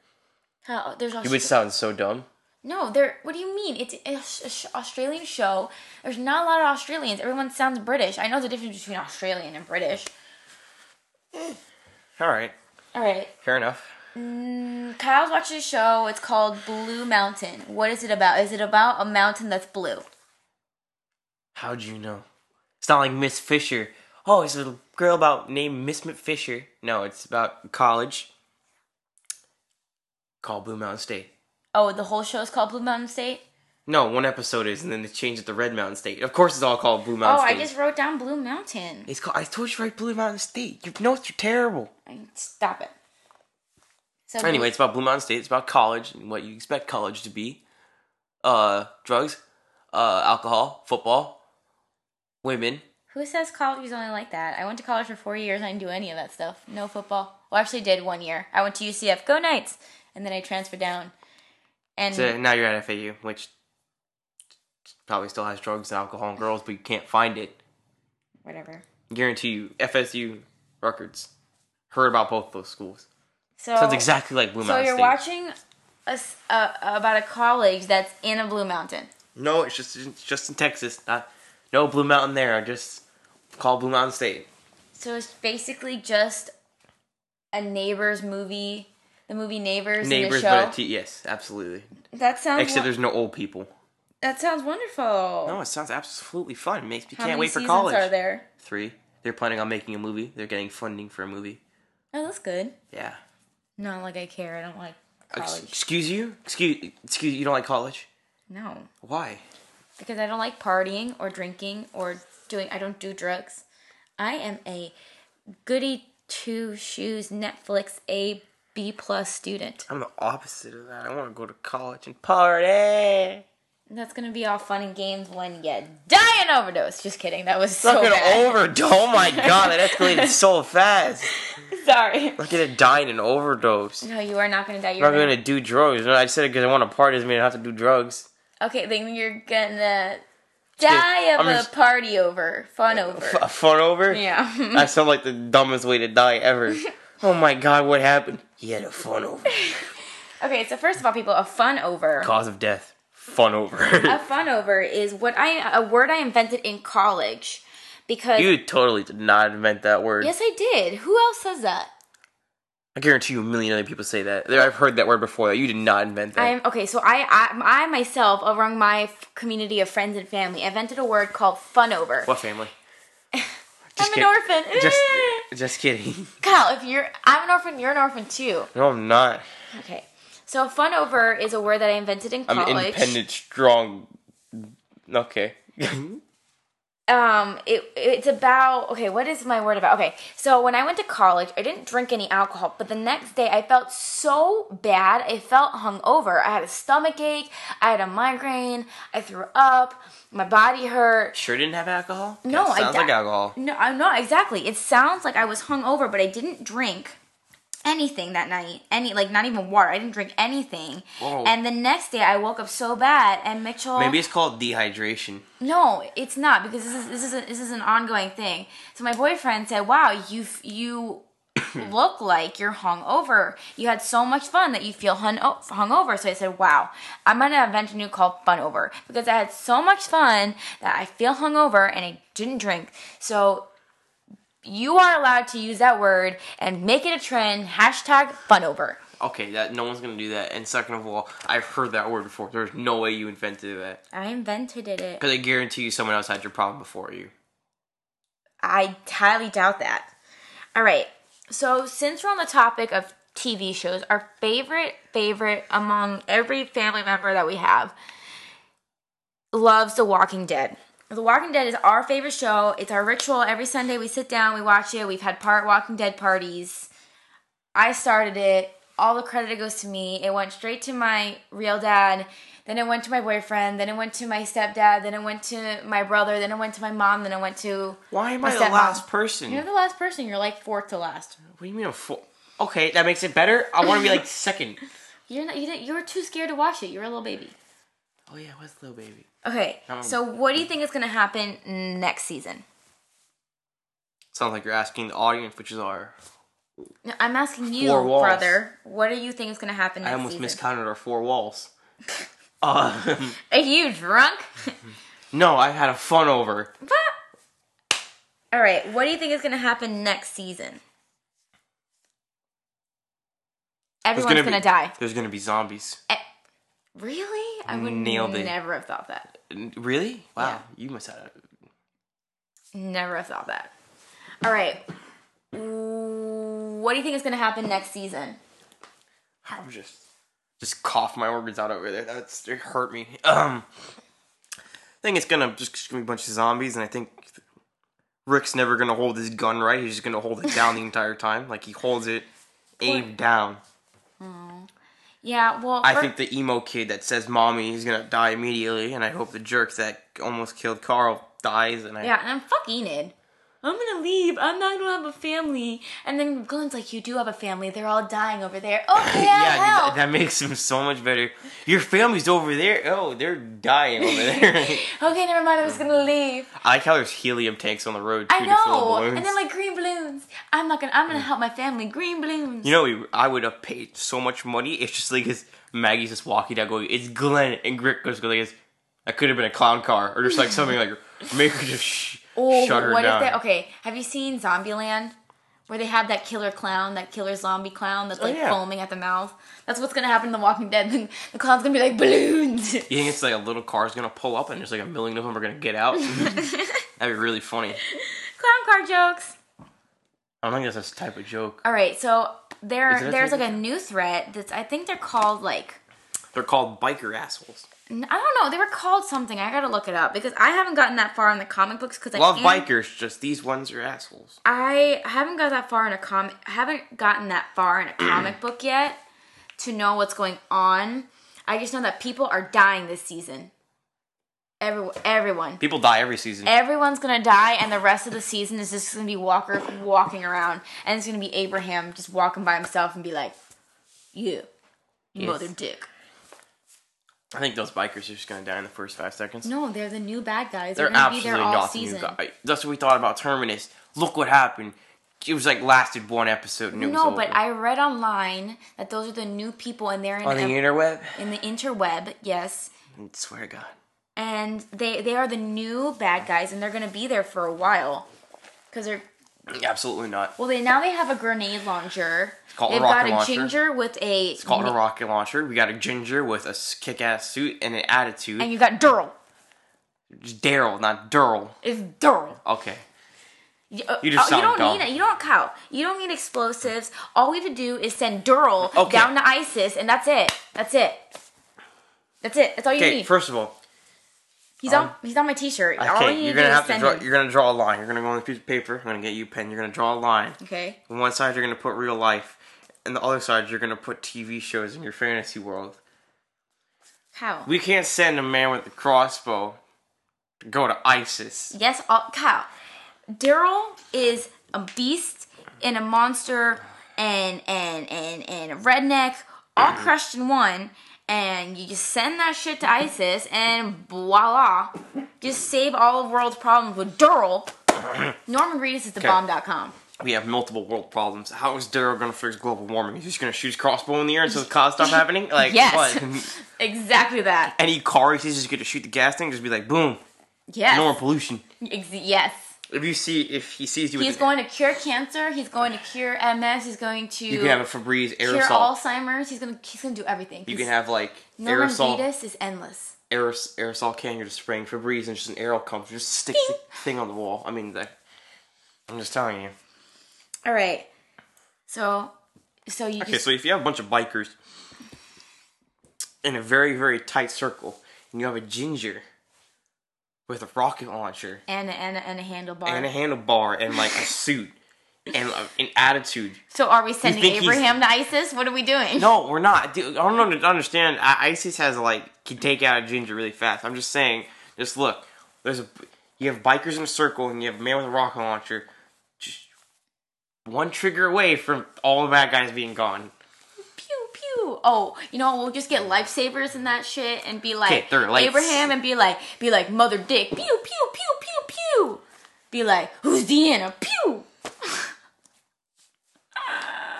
Speaker 1: How, there's
Speaker 2: It would
Speaker 1: Australia.
Speaker 2: sound so dumb.
Speaker 1: No, there. What do you mean? It's an Australian show. There's not a lot of Australians. Everyone sounds British. I know the difference between Australian and British.
Speaker 2: All right,
Speaker 1: All right.
Speaker 2: fair enough.
Speaker 1: Kyle's watching a show. It's called Blue Mountain. What is it about? Is it about a mountain that's blue?
Speaker 2: How'd you know? It's not like Miss Fisher. oh, it's a girl about named Miss McFisher. No, it's about college. Called Blue Mountain State.
Speaker 1: Oh, the whole show is called Blue Mountain State.
Speaker 2: No, one episode is, and then they changed it to Red Mountain State. Of course, it's all called Blue
Speaker 1: Oh,
Speaker 2: Mountain State.
Speaker 1: I just wrote down Blue Mountain.
Speaker 2: It's called. I told you to write Blue Mountain State. Your notes are terrible.
Speaker 1: I- Stop it. So
Speaker 2: Anyway, it's about Blue Mountain State. It's about college and what you expect college to be. Uh, drugs, uh, alcohol, football, women.
Speaker 1: who says college is only like that? I went to college for four years. and I didn't do any of that stuff. No football. Well, I actually did one year. I went to UCF. Go Knights! And then I transferred down. And
Speaker 2: So now you're at FAU, which probably still has drugs and alcohol and girls, but you can't find it.
Speaker 1: whatever.
Speaker 2: Guarantee you, FSU records heard about both those schools.
Speaker 1: So
Speaker 2: Sounds exactly like Blue
Speaker 1: So
Speaker 2: Mountain
Speaker 1: you're
Speaker 2: State.
Speaker 1: watching us uh, about a college that's in a Blue Mountain.
Speaker 2: no, it's just it's just in Texas. Not, no Blue Mountain there. Just call Blue Mountain State.
Speaker 1: So it's basically just a neighbors movie, the movie Neighbors,
Speaker 2: Neighbors,
Speaker 1: in the show.
Speaker 2: but a T. Yes, absolutely.
Speaker 1: that sounds
Speaker 2: Except
Speaker 1: won-
Speaker 2: there's no old people.
Speaker 1: that sounds wonderful.
Speaker 2: No, it sounds absolutely fun. Makes me
Speaker 1: How
Speaker 2: can't
Speaker 1: many
Speaker 2: wait for
Speaker 1: seasons
Speaker 2: college.
Speaker 1: Are there?
Speaker 2: Three. They're planning on making a movie. They're getting funding for a movie.
Speaker 1: Oh, that's good.
Speaker 2: Yeah.
Speaker 1: Not like I care. I don't like
Speaker 2: Ex-
Speaker 1: college.
Speaker 2: Excuse you? Excuse excuse you don't like college?
Speaker 1: No,
Speaker 2: Why?
Speaker 1: because I don't like partying or drinking or doing. I don't do drugs. I am a goody two shoes Netflix A B plus student.
Speaker 2: I'm the opposite of that. I want to go to college and party.
Speaker 1: That's gonna be all fun and games when you die an overdose. Just kidding. That was so
Speaker 2: Look at
Speaker 1: bad.
Speaker 2: overdose. Oh my god, that escalated so fast.
Speaker 1: Sorry.
Speaker 2: Look at it dying an overdose.
Speaker 1: No, you are not gonna die. You're
Speaker 2: I'm not
Speaker 1: gonna...
Speaker 2: gonna do drugs. I said it because I want to party doesn't mean I have to do drugs.
Speaker 1: Okay, then you're gonna die of
Speaker 2: I'm
Speaker 1: a
Speaker 2: just-
Speaker 1: party over, fun over.
Speaker 2: F- fun over?
Speaker 1: yeah.
Speaker 2: That sounds like the dumbest way to die ever. oh my god, what happened? He had a fun over.
Speaker 1: okay, so first of all, people, a fun over.
Speaker 2: Cause of death. Fun
Speaker 1: A
Speaker 2: over.
Speaker 1: fun over is what I a word I invented in college because
Speaker 2: you totally did not invent that word.
Speaker 1: yes, I did. Who else says that?
Speaker 2: I guarantee you a million other people say that. There- I've heard that word before. You did not invent that.
Speaker 1: I'm okay. So I, I, I myself, among my f- community of friends and family, invented a word called fun over.
Speaker 2: what family?
Speaker 1: I'm
Speaker 2: Just
Speaker 1: an
Speaker 2: kid-
Speaker 1: orphan.
Speaker 2: Just, just kidding.
Speaker 1: Kyle, if you're, I'm an orphan. You're an orphan too.
Speaker 2: No, I'm not.
Speaker 1: Okay. So fun over is a word that I invented in
Speaker 2: I'm
Speaker 1: college.
Speaker 2: independent, strong. Okay.
Speaker 1: um it it's about okay what is my word about okay so when i went to college i didn't drink any alcohol but the next day i felt so bad i felt hungover i had a stomach ache i had a migraine i threw up my body hurt
Speaker 2: sure didn't have alcohol?
Speaker 1: No,
Speaker 2: That
Speaker 1: I
Speaker 2: Sounds
Speaker 1: di-
Speaker 2: like alcohol.
Speaker 1: no i'm not exactly it sounds like i was hungover but i didn't drink anything that night any like not even water i didn't drink anything
Speaker 2: Whoa.
Speaker 1: and the next day i woke up so bad and mitchell
Speaker 2: Maybe it's called dehydration.
Speaker 1: No, it's not because this is this is a, this is an ongoing thing. So my boyfriend said, "Wow, you f- you look like you're hungover. You had so much fun that you feel hun- hungover." So I said, "Wow, I'm gonna invent a new called fun over because I had so much fun that I feel hungover and I didn't drink." So you are allowed to use that word and make it a trend. Hashtag fun over.
Speaker 2: Okay, that no one's gonna do that. And second of all, I've heard that word before. There's no way you invented that.
Speaker 1: I invented it.
Speaker 2: Because I guarantee you, someone else had your problem before you.
Speaker 1: I highly doubt that. All right. So since we're on the topic of TV shows, our favorite favorite among every family member that we have loves The Walking Dead. The Walking Dead is our favorite show. It's our ritual. Every Sunday we sit down, we watch it. We've had part Walking Dead parties. I started it. All the credit goes to me. It went straight to my real dad. Then it went to my boyfriend. Then it went to my stepdad. Then it went to my brother. Then it went to my mom. Then it went to
Speaker 2: Why am
Speaker 1: My
Speaker 2: I the
Speaker 1: stepmom.
Speaker 2: last person?
Speaker 1: you're the last person. You're like fourth to last.
Speaker 2: What do you mean a four? Okay, that makes it better. I want to be like second.
Speaker 1: You're not. You didn't. You were too scared to watch it. You were a little baby.
Speaker 2: Oh yeah, what's little baby?
Speaker 1: Okay.
Speaker 2: Um,
Speaker 1: so what do you think is gonna happen next season?
Speaker 2: Sounds like you're asking the audience, which is our.
Speaker 1: No, I'm asking you,
Speaker 2: Four walls.
Speaker 1: brother. What do you think is gonna happen next
Speaker 2: I almost
Speaker 1: season?
Speaker 2: miscounted our four walls. uh,
Speaker 1: Are you drunk?
Speaker 2: no, I had a fun over.
Speaker 1: What? All right. What do you think is gonna happen next season?
Speaker 2: There's
Speaker 1: Everyone's gonna,
Speaker 2: be,
Speaker 1: die.
Speaker 2: There's gonna be zombies.
Speaker 1: Eh, really? I would
Speaker 2: Nailed it.
Speaker 1: never have thought that.
Speaker 2: N- Really? Wow,
Speaker 1: Yeah.
Speaker 2: you must have.
Speaker 1: Never have thought that. All right. What do you think is going to happen next season?
Speaker 2: I'm just just cough my organs out over there. That's it hurt me. Um, I think it's gonna just it's gonna be a bunch of zombies, and I think Rick's never gonna hold his gun right. He's just gonna hold it down the entire time, like he holds it aimed down.
Speaker 1: Yeah, well,
Speaker 2: I
Speaker 1: fir-
Speaker 2: think the emo kid that says "mommy" is gonna die immediately, and I hope the jerk that almost killed Carl dies. And I
Speaker 1: Yeah, and I'm fuck Enid. I'm gonna leave. I'm not gonna have a family. And then Glenn's like, you do have a family. They're all dying over there. Oh, Okay, I'll
Speaker 2: Yeah, dude, that-
Speaker 1: help.
Speaker 2: that makes him so much better. Your family's over there. Oh, they're dying over there.
Speaker 1: okay, never mind. I was gonna leave.
Speaker 2: I like how there's helium tanks on the road too
Speaker 1: I
Speaker 2: to fill
Speaker 1: know.
Speaker 2: the balloons. Mm.
Speaker 1: And then like green balloons. I'm not gonna. I'm gonna help my family. Green balloons.
Speaker 2: You know, we- I would have paid so much money. It's just like his Maggie's just walking down, going, "It's Glenn," and Rick goes, "Like, it's- that could have been a clown car, or just like something like make her just sh-
Speaker 1: Oh,
Speaker 2: shut her
Speaker 1: what
Speaker 2: down."
Speaker 1: if they? Okay, have you seen Zombieland? Where they have that killer clown, that killer zombie clown that's like
Speaker 2: Oh, yeah.
Speaker 1: foaming at the mouth. That's what's gonna happen in The Walking Dead. The, the clown's gonna be like balloons.
Speaker 2: you think it's like a little car's gonna pull up, and there's like a million of them are gonna get out? That'd be really funny.
Speaker 1: Clown car jokes.
Speaker 2: I don't think that's a type of joke.
Speaker 1: All right, so there
Speaker 2: Is there a
Speaker 1: there's
Speaker 2: thing-
Speaker 1: like a new threat that's I think they're called like
Speaker 2: They're called biker assholes.
Speaker 1: n- I don't know they were called something. I gotta look it up because I haven't gotten that far in the comic books because I
Speaker 2: Love
Speaker 1: am-
Speaker 2: bikers, just these ones are assholes.
Speaker 1: I haven't got that far in a comic. Haven't gotten that far in a comic book yet to know what's going on. I just know that people are dying this season. Every everyone.
Speaker 2: People die every season.
Speaker 1: Everyone's gonna die, and the rest of the season is just gonna be Walker walking around, and it's gonna be Abraham just walking by himself and be like, "You,
Speaker 2: Yes.
Speaker 1: mother dick."
Speaker 2: I think those bikers are just gonna die in the first five seconds.
Speaker 1: No, they're the new bad guys. They're,
Speaker 2: They're
Speaker 1: gonna be there
Speaker 2: absolutely
Speaker 1: all
Speaker 2: not the new
Speaker 1: season.
Speaker 2: guy. That's what we thought about Terminus. Look what happened. It was like lasted one episode and it was
Speaker 1: No,
Speaker 2: over.
Speaker 1: but I read online that those are the new people, and they're in
Speaker 2: on the
Speaker 1: ev-
Speaker 2: interweb.
Speaker 1: in the interweb. Yes,
Speaker 2: I swear to God.
Speaker 1: and they they are the new bad guys, and they're gonna be there for a while, because they're
Speaker 2: Absolutely not.
Speaker 1: well. They now they have a grenade launcher. It's
Speaker 2: called a
Speaker 1: They've
Speaker 2: rocket
Speaker 1: got a
Speaker 2: launcher.
Speaker 1: ginger with a it's
Speaker 2: Called a rocket launcher. We got a ginger with a s- kick-ass suit and an attitude.
Speaker 1: and you got Durl.
Speaker 2: Daryl, not Durl.
Speaker 1: It's Durl.
Speaker 2: Okay.
Speaker 1: You, uh,
Speaker 2: You just
Speaker 1: uh, you
Speaker 2: sound
Speaker 1: don't
Speaker 2: dumb.
Speaker 1: need it. You don't cow. You don't need explosives. All we have to do is send Durl
Speaker 2: Okay.
Speaker 1: down to ISIS, and that's it. That's it. That's it. That's all you
Speaker 2: Okay.
Speaker 1: need.
Speaker 2: First of all,
Speaker 1: he's on.
Speaker 2: um,
Speaker 1: He's on my T-shirt. all you
Speaker 2: okay,
Speaker 1: need
Speaker 2: you're
Speaker 1: to do
Speaker 2: gonna
Speaker 1: is
Speaker 2: have to
Speaker 1: send
Speaker 2: draw.
Speaker 1: him.
Speaker 2: You're gonna draw a line. You're gonna go on a piece of paper. I'm gonna get you a pen. You're gonna draw a line.
Speaker 1: Okay.
Speaker 2: On one side, you're gonna put real life, and the other side, you're gonna put TV shows in your fantasy world.
Speaker 1: How?
Speaker 2: We can't send a man with a crossbow to go to ISIS.
Speaker 1: yes. All, cow. Durl is a beast and a monster and and and and a redneck, all
Speaker 2: Mm-hmm.
Speaker 1: crushed in one. And you just send that shit to ISIS, and voila, just save all of world's problems with Durl. Norman Reedus is the bomb.com.
Speaker 2: We have multiple world problems. How is Daryl gonna fix global warming? He's just gonna shoot his crossbow in the air until the cause stop happening? Like
Speaker 1: Yes.
Speaker 2: what?
Speaker 1: Exactly that.
Speaker 2: Any car he's just gonna shoot the gas thing, just be like boom,
Speaker 1: Yes.
Speaker 2: normal pollution.
Speaker 1: Ex- yes.
Speaker 2: If you see if he sees you with
Speaker 1: He's
Speaker 2: an-
Speaker 1: going to cure cancer. He's going to cure MS. He's going to
Speaker 2: you can have a Febreze
Speaker 1: cure
Speaker 2: aerosol.
Speaker 1: Alzheimer's. He's gonna he's gonna do everything. He's-
Speaker 2: you can have like
Speaker 1: Norman
Speaker 2: aerosol
Speaker 1: Reedus is endless.
Speaker 2: aeros- aerosol can you're just spraying Febreze and just an arrow comes, just sticks the thing on the wall. I mean the, I'm just telling you.
Speaker 1: All right. So, so you
Speaker 2: Okay,
Speaker 1: just,
Speaker 2: so if you have a bunch of bikers in a very, very tight circle, and you have a ginger with a rocket launcher
Speaker 1: and a, and a, and a handlebar.
Speaker 2: and a handlebar and like a suit and uh, an attitude.
Speaker 1: so are we sending
Speaker 2: think he's-
Speaker 1: Abraham to ISIS? What are we doing?
Speaker 2: No, we're not. Dude, I don't under- understand. I- ISIS has like can take out a ginger really fast. I'm just saying. Just look. There's a you have bikers in a circle and you have a man with a rocket launcher. Just one trigger away from all the bad guys being gone.
Speaker 1: Pew pew. Oh, you know we'll just get lifesavers and that shit and be
Speaker 2: Okay,
Speaker 1: like
Speaker 2: they're lights.
Speaker 1: Abraham and be like be like Mother Dick. Pew pew pew pew pew. Be like who's Deanna? Pew.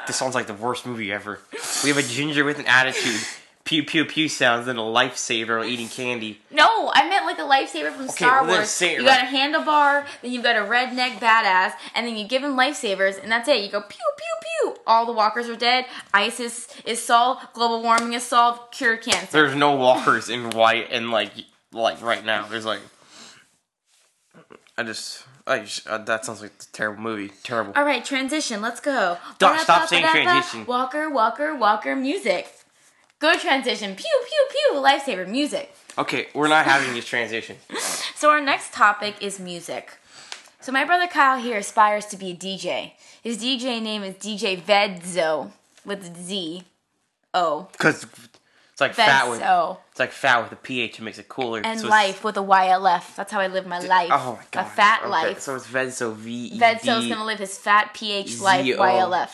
Speaker 2: This sounds like the worst movie ever. We have a ginger with an attitude. Pew pew pew sounds and a lifesaver while eating candy.
Speaker 1: No, I meant like a lifesaver from Star
Speaker 2: well, then
Speaker 1: Wars.
Speaker 2: say it
Speaker 1: you
Speaker 2: right.
Speaker 1: got a handlebar, then you've got a redneck badass, and then you give him lifesavers, and that's it. You go pew pew pew. All the walkers are dead. ISIS is solved. Global warming is solved. Cure cancer.
Speaker 2: There's no walkers in white and like like right now. There's like I just, I just, uh, that sounds like a terrible movie. Terrible.
Speaker 1: All right, transition. Let's go.
Speaker 2: Don't- stop
Speaker 1: Ba-da-ba-ba-da-ba.
Speaker 2: saying transition.
Speaker 1: Walker, Walker, Walker, music. Good transition. Pew, pew, pew. Lifesaver, music.
Speaker 2: Okay, we're not having this transition.
Speaker 1: So our next topic is music. So my brother Kyle here aspires to be a DJ. His DJ name is DJ Vedzo with Z O.
Speaker 2: Because it's like fat with,
Speaker 1: Vedzo.
Speaker 2: it's like fat with a pH, it makes it cooler.
Speaker 1: And
Speaker 2: So it's-
Speaker 1: life with a YLF. That's how I live my life.
Speaker 2: Oh my god.
Speaker 1: A fat
Speaker 2: Okay,
Speaker 1: life.
Speaker 2: So it's Venzo V. E D.
Speaker 1: Vedzo's gonna live his fat pH life
Speaker 2: Z O.
Speaker 1: YLF.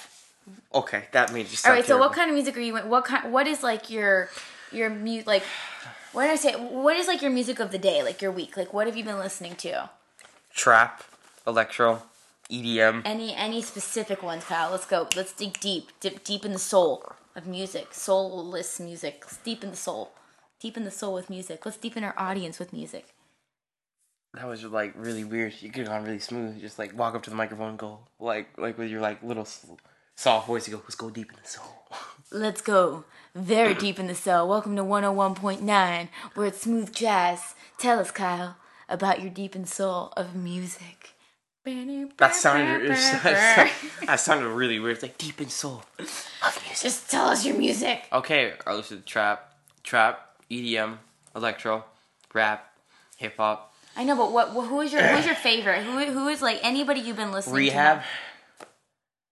Speaker 2: Okay, that made just.
Speaker 1: All right. So, what kind of music are you? in? What kind? What is like your your music? Like, what did I say? What is like your music of the day? Like your week? Like, what have you been listening to?
Speaker 2: Trap, electro, E EDM.
Speaker 1: Any any specific ones, Kyle? Let's go. Let's dig deep, dip deep in the soul of music, soulless music. Let's deep in the soul, deep in the soul with music. Let's deepen our audience with music.
Speaker 2: That was like really weird. You could have gone really smooth. Just like walk up to the microphone, and go like like with your like little s- soft voice. You go, let's go deep in the soul.
Speaker 1: Let's go very deep in the soul. Welcome to 101.9, where it's smooth jazz. Tell us, Kyle, about your deep in soul of music.
Speaker 2: That sounded that sounded- that sounded really weird. It's like deep in soul. of music.
Speaker 1: Just tell us your music.
Speaker 2: Okay, I listen to trap, trap, EDM, electro, rap, hip hop,
Speaker 1: I know, but what? Who is your who's your favorite? Who who is like anybody you've been listening
Speaker 2: rehab.
Speaker 1: to?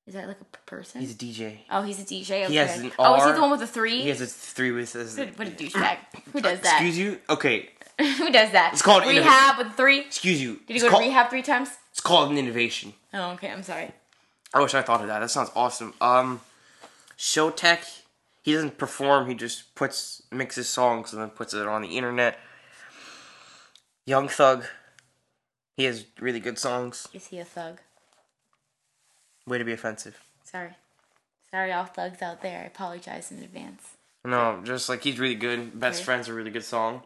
Speaker 1: Is that like a p- person?
Speaker 2: He's a DJ.
Speaker 1: oh, he's a DJ. Okay.
Speaker 2: He has an
Speaker 1: oh, is he
Speaker 2: R.
Speaker 1: the one with the three?
Speaker 2: He has a three with his.
Speaker 1: what a douchebag. Who does that?
Speaker 2: Excuse you? Okay.
Speaker 1: who does that?
Speaker 2: It's called
Speaker 1: rehab with three.
Speaker 2: Excuse you.
Speaker 1: Did he go to rehab three times?
Speaker 2: It's called an innovation.
Speaker 1: Oh, okay. I'm sorry.
Speaker 2: I wish I thought of that. That sounds awesome. Um, Showtech, he doesn't perform. He just puts mixes songs and then puts it on the internet. Young Thug, he has really good songs.
Speaker 1: Is he a thug?
Speaker 2: Way to be offensive.
Speaker 1: Sorry. Sorry, all thugs out there. I apologize in advance.
Speaker 2: No, just like he's really good. Best
Speaker 1: Okay.
Speaker 2: Friends a really good song.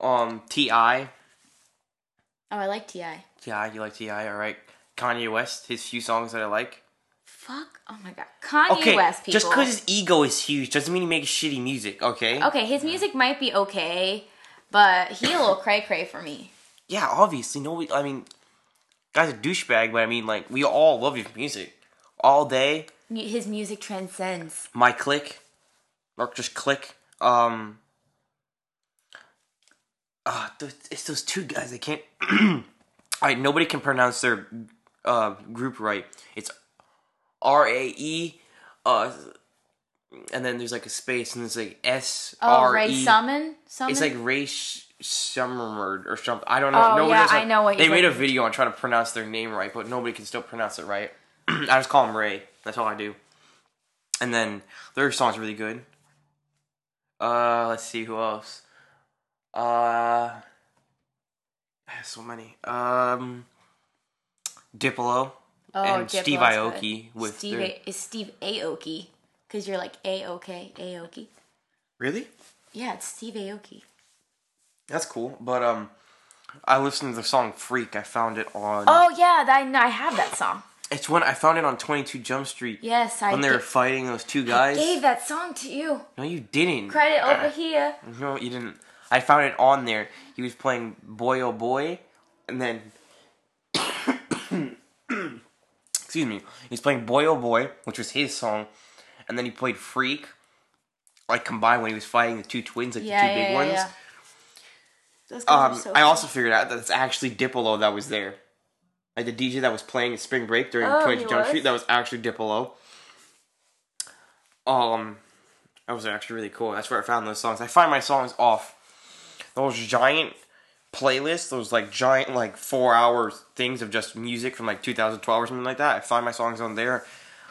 Speaker 2: Um, Ti,
Speaker 1: Oh, I like T.I.
Speaker 2: Ti, you like Ti, all right? Kanye West, his few songs that I like.
Speaker 1: Fuck. Oh my god. Kanye
Speaker 2: Okay,
Speaker 1: West, people.
Speaker 2: just because his ego is huge doesn't mean he makes shitty music. Okay.
Speaker 1: Okay, his music might be okay, but he a little cray cray for me.
Speaker 2: Yeah, obviously. No, we, I mean, guy's a douchebag, but I mean, like, we all love his music. All day,
Speaker 1: Mu- His music transcends.
Speaker 2: my click, or just click. Um, uh, it's those two guys. I can't. I nobody can pronounce their uh, group right. It's R A E, uh, and then there's like a space, and it's like S
Speaker 1: Oh,
Speaker 2: R
Speaker 1: Ray
Speaker 2: E.
Speaker 1: Summon? Summon?
Speaker 2: It's like Ray Sh- Summermerd or something. I don't know.
Speaker 1: Oh,
Speaker 2: Nobody
Speaker 1: yeah,
Speaker 2: knows how-
Speaker 1: I know what
Speaker 2: they
Speaker 1: you're
Speaker 2: made a
Speaker 1: talking-
Speaker 2: video on trying to pronounce their name right, but nobody can still pronounce it right. I just call him Ray. That's all I do. And then their song's really good. Uh, let's see who else. Uh, I have so many. Um, Diplo
Speaker 1: oh,
Speaker 2: and
Speaker 1: Diplo's
Speaker 2: Steve
Speaker 1: good.
Speaker 2: Aoki with
Speaker 1: Steve
Speaker 2: their-
Speaker 1: a- is Steve Aoki. Because you're like A-OK, Aoki.
Speaker 2: really.
Speaker 1: Yeah, it's Steve Aoki.
Speaker 2: That's cool, but um, I listened to the song "Freak." I found it on.
Speaker 1: Oh, yeah, that, I know- I have that song.
Speaker 2: It's when I found it on 22 Jump Street.
Speaker 1: Yes, I
Speaker 2: When they
Speaker 1: ga-
Speaker 2: were fighting those two guys.
Speaker 1: gave that song to you.
Speaker 2: no, you didn't. Ah,
Speaker 1: Credit over here.
Speaker 2: No, you didn't. I found it on there. He was playing Boy Oh Boy, and then. Excuse me. He's playing Boy Oh Boy, which was his song, and then he played Freak, like combined when he was fighting the two twins, like the two big ones.
Speaker 1: Those guys are
Speaker 2: Um,
Speaker 1: Oh, so
Speaker 2: I also figured out that it's actually Diplo that was there. Like the DJ that was playing at Spring Break during
Speaker 1: Oh,
Speaker 2: 22
Speaker 1: he
Speaker 2: Jump Street,
Speaker 1: was?
Speaker 2: that was actually Diplo. Um, that was actually really cool. That's where I found those songs. I find my songs off those giant playlists, those like giant like four hour things of just music from like 2012 or something like that. I find my songs on there,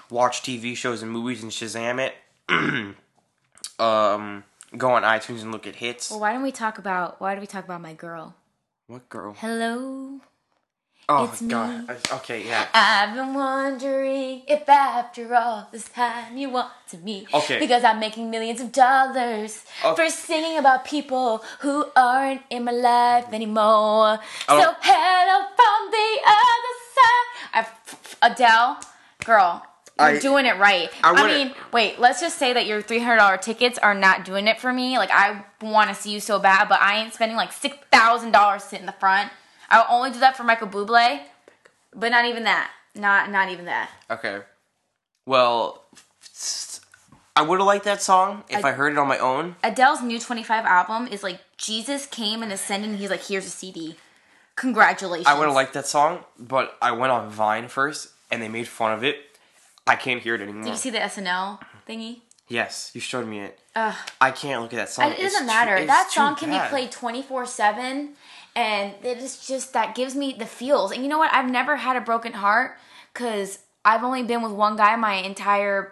Speaker 2: watch TV shows and movies and Shazam it. um, go on iTunes and look at hits.
Speaker 1: Well, why don't we talk about why do we talk about my girl?
Speaker 2: What girl?
Speaker 1: Hello.
Speaker 2: Oh
Speaker 1: It's
Speaker 2: my god. I- okay, yeah.
Speaker 1: I've been wondering if after all this time you want to meet.
Speaker 2: Okay. Oh.
Speaker 1: Because I'm making millions of dollars
Speaker 2: Okay.
Speaker 1: for singing about people who aren't in my life anymore. So
Speaker 2: don't-
Speaker 1: hello from the other side. I, Adele, girl, you're
Speaker 2: I-
Speaker 1: doing it right.
Speaker 2: I
Speaker 1: I
Speaker 2: wouldn't-
Speaker 1: mean, wait, let's just say that your $300 tickets are not doing it for me. Like, I want to see you so bad, but I ain't spending like $6,000 to sit in the front. I'll only do that for Michael Bublé, but not even that. Not not even that.
Speaker 2: Okay. Well, I would have liked that song if I,
Speaker 1: I-
Speaker 2: heard it on my own.
Speaker 1: Adele's new 25 album is like Jesus came and ascended. And he's like, here's a CD. Congratulations.
Speaker 2: I would have liked that song, but I went on Vine first and they made fun of it. I can't hear it anymore.
Speaker 1: Did you see the SNL thingy?
Speaker 2: yes, you showed me it.
Speaker 1: Ugh.
Speaker 2: I can't look at that song.
Speaker 1: It
Speaker 2: It's
Speaker 1: doesn't
Speaker 2: too-
Speaker 1: matter.
Speaker 2: it's
Speaker 1: that
Speaker 2: too
Speaker 1: song can
Speaker 2: bad.
Speaker 1: be played 24 7, and it is just that gives me the feels. And you know what? I've never had a broken heart because I've only been with one guy my entire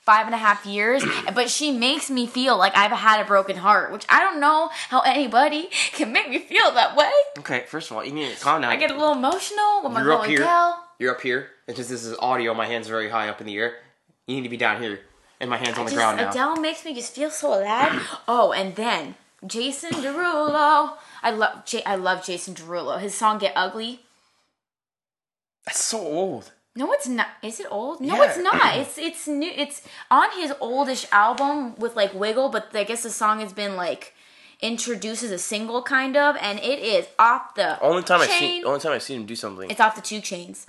Speaker 1: five and a half years, but she makes me feel like I've had a broken heart, which I don't know how anybody can make me feel that way.
Speaker 2: Okay, first of all, you need to calm down.
Speaker 1: I get a little emotional when my
Speaker 2: You're
Speaker 1: girl
Speaker 2: up here.
Speaker 1: Adele.
Speaker 2: You're up here, and since this is audio, my hands are very high up in the air. You need to be down here, and my hands on the
Speaker 1: Just,
Speaker 2: ground now.
Speaker 1: Adele makes me just feel so alive. oh, and then Jason Derulo. I love J- I love Jason Derulo. His song "Get Ugly."
Speaker 2: That's so old.
Speaker 1: No, it's not. Is it old? No,
Speaker 2: Yeah.
Speaker 1: it's not. It's it's new. It's on his oldish album with like Wiggle, but I guess the song has been like introduced as a single kind of, and it is off the
Speaker 2: Only time I
Speaker 1: chain.
Speaker 2: seen, only time I seen him do something.
Speaker 1: It's off the two chains.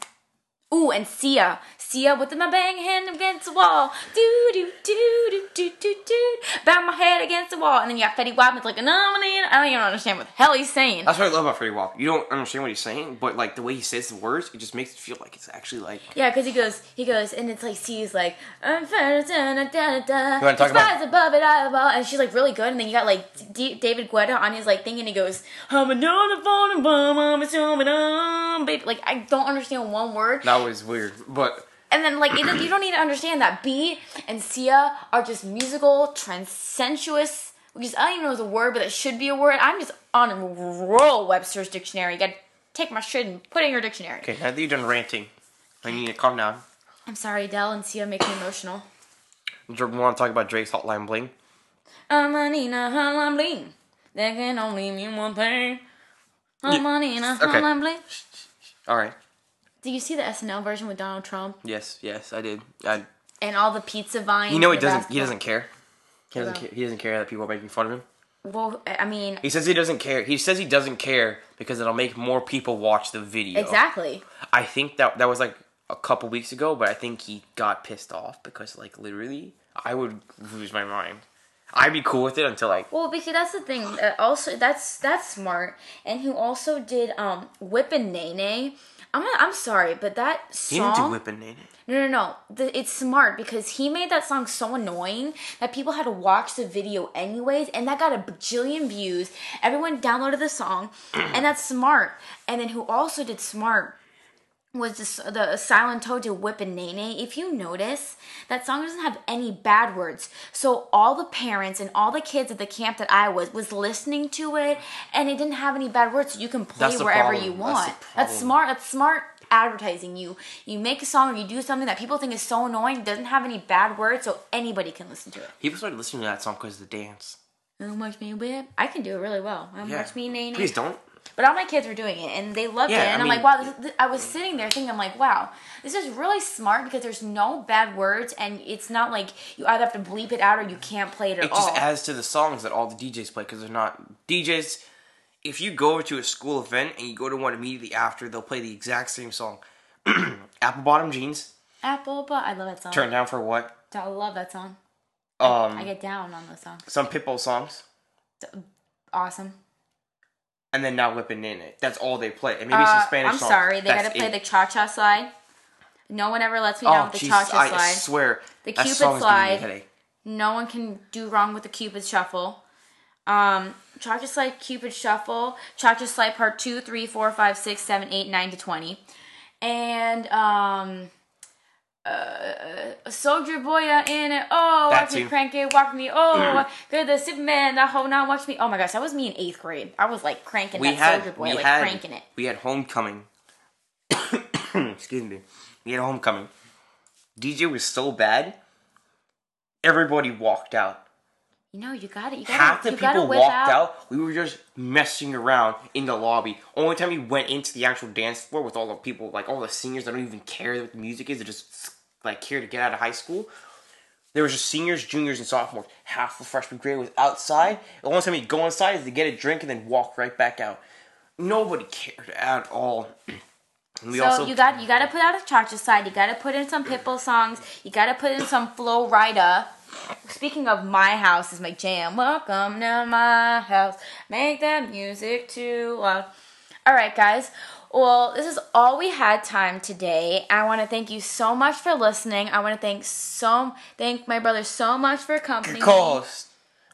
Speaker 1: Ooh, and Sia. Sia with my bang hand against the wall. Do do do do do do do. Bang my head against the wall. And then you got Fetty Wap. It's like, no, I don't even understand what the hell he's saying.
Speaker 2: That's what I love about Freddie Wap. You don't understand what he's saying, but like the way he says the words, it just makes it feel like it's actually like.
Speaker 1: Yeah, because he goes, he goes, and it's like C's like, I'm first, da, da, da, da.
Speaker 2: You wanna talk
Speaker 1: It's
Speaker 2: about-
Speaker 1: rise above it, I above, and she's like really good, and then you got like D- David Guetta on his like thing, and he goes, I'm a donor phone and bum, I'm a zoom and um, babe. Like I don't understand one word,
Speaker 2: That was weird, but
Speaker 1: and then like it, you don't need to understand that B and Sia are just musical, transcensuous. Which is I don't even know is a word, but it should be a word. I'm just on a roll Webster's dictionary. You gotta take my shit and put it in your dictionary.
Speaker 2: okay. Now that you're done ranting, I need to calm down.
Speaker 1: I'm sorry, Dell and Sia make me emotional.
Speaker 2: Do you want to talk about Drake's Hotline Bling?
Speaker 1: I'm a Nina Harlem Bling. That can only mean one thing. I'm a Nina
Speaker 2: okay.
Speaker 1: Harlem Bling.
Speaker 2: All right.
Speaker 1: Did you see the SNL version with Donald Trump
Speaker 2: Yes, yes, I did. I,
Speaker 1: and all the pizza vines?
Speaker 2: you know he
Speaker 1: the
Speaker 2: doesn't. He
Speaker 1: basketball-
Speaker 2: doesn't care. He doesn't.
Speaker 1: Hold
Speaker 2: Care,
Speaker 1: on.
Speaker 2: he doesn't care that people are making fun of him.
Speaker 1: Well, I mean,
Speaker 2: He says he doesn't care. He says he doesn't care because it'll make more people watch the video.
Speaker 1: exactly.
Speaker 2: I think that that was like a couple weeks ago, but I think he got pissed off because like literally, I would lose my mind. I'd be cool with it until like
Speaker 1: Well, because that's the thing. Uh, also, that's that's smart. And who also did um Whip and Nay Nay. I'm not, I'm sorry, but that song.
Speaker 2: he didn't do whipping Nene.
Speaker 1: No, no, no. The, it's smart because he made that song so annoying that people had to watch the video anyways, and that got a bajillion views. Everyone downloaded the song, and that's smart. And then who also did smart was this, the Silent Toe did Whip and Nene. If you notice, that song doesn't have any bad words. So all the parents and all the kids at the camp that I was was listening to it, and it didn't have any bad words. So you can play
Speaker 2: That's the
Speaker 1: wherever
Speaker 2: problem.
Speaker 1: you
Speaker 2: That's the
Speaker 1: want. That's
Speaker 2: problem.
Speaker 1: smart smart that's smart advertising you you make a song or you do something that people think is so annoying doesn't have any bad words so anybody can listen to it
Speaker 2: People started listening to that song because of the dance.
Speaker 1: Don't watch me whip i can do it really well Don't
Speaker 2: Yeah.
Speaker 1: watch me nay, nay.
Speaker 2: Please don't.
Speaker 1: but all my kids were doing it and they loved
Speaker 2: Yeah,
Speaker 1: it and
Speaker 2: I
Speaker 1: I am
Speaker 2: mean-
Speaker 1: like wow this, this, i was sitting there thinking i'm like wow this is really smart because there's no bad words and it's not like you either have to bleep it out or you can't play it at
Speaker 2: It
Speaker 1: all
Speaker 2: just adds to the songs that all the DJs play because they're not DJs. If you go to a school event and you go to one immediately after, they'll play the exact same song. Apple bottom jeans,
Speaker 1: apple but i love that song
Speaker 2: turn down for what?
Speaker 1: i love that song i
Speaker 2: Um,
Speaker 1: get down on those songs
Speaker 2: some Pitbull songs,
Speaker 1: awesome
Speaker 2: and then now whipping in it. That's all they play. And maybe some
Speaker 1: Uh,
Speaker 2: Spanish
Speaker 1: I'm
Speaker 2: songs.
Speaker 1: sorry, they
Speaker 2: That's
Speaker 1: gotta play
Speaker 2: it.
Speaker 1: the cha cha slide. No one ever lets me down
Speaker 2: Oh,
Speaker 1: with the cha
Speaker 2: Jesus,
Speaker 1: cha
Speaker 2: I
Speaker 1: slide.
Speaker 2: swear.
Speaker 1: The
Speaker 2: that
Speaker 1: Cupid
Speaker 2: song is giving me a
Speaker 1: slide.
Speaker 2: headache.
Speaker 1: no one can do wrong with the Cupid shuffle. Um, cha cha slide, Cupid shuffle, cha cha slide part 2, 3, 4, 5, 6, 7, 8, 9 to 20. And um, uh, Soldier Boy uh, in it. Oh,
Speaker 2: That
Speaker 1: watch me
Speaker 2: too. Mm.
Speaker 1: crank it, watch me. Oh, good, the Superman, I hope not, watch me. Oh my gosh, that was me in eighth grade. I was like cranking
Speaker 2: we
Speaker 1: that
Speaker 2: had
Speaker 1: Soldier Boy,
Speaker 2: we
Speaker 1: like
Speaker 2: had
Speaker 1: cranking it.
Speaker 2: we had homecoming. Excuse me. We had homecoming. DJ was so bad. Everybody walked out.
Speaker 1: You know, you got it. You got
Speaker 2: Half the
Speaker 1: to you got to
Speaker 2: people
Speaker 1: whip
Speaker 2: walked out.
Speaker 1: out.
Speaker 2: We were just messing around in the lobby. Only time we went into the actual dance floor with all the people, like all the seniors that don't even care what the music is, they're just like here to get out of high school. There was just seniors, juniors, and sophomores. Half the freshman grade was outside. The only time you go inside is to get a drink and then walk right back out. nobody cared at all. And we
Speaker 1: so
Speaker 2: also
Speaker 1: you got you got to put out a cha cha side. You got to put in some Pitbull songs. You got to put in some Flow Rida. Speaking of my house is my jam. Welcome to my house. Make that music too loud. All right, guys. Well, this is all we had time today. I want to thank you so much for listening. I want to thank so thank my brother so much for accompanying me.
Speaker 2: co-host.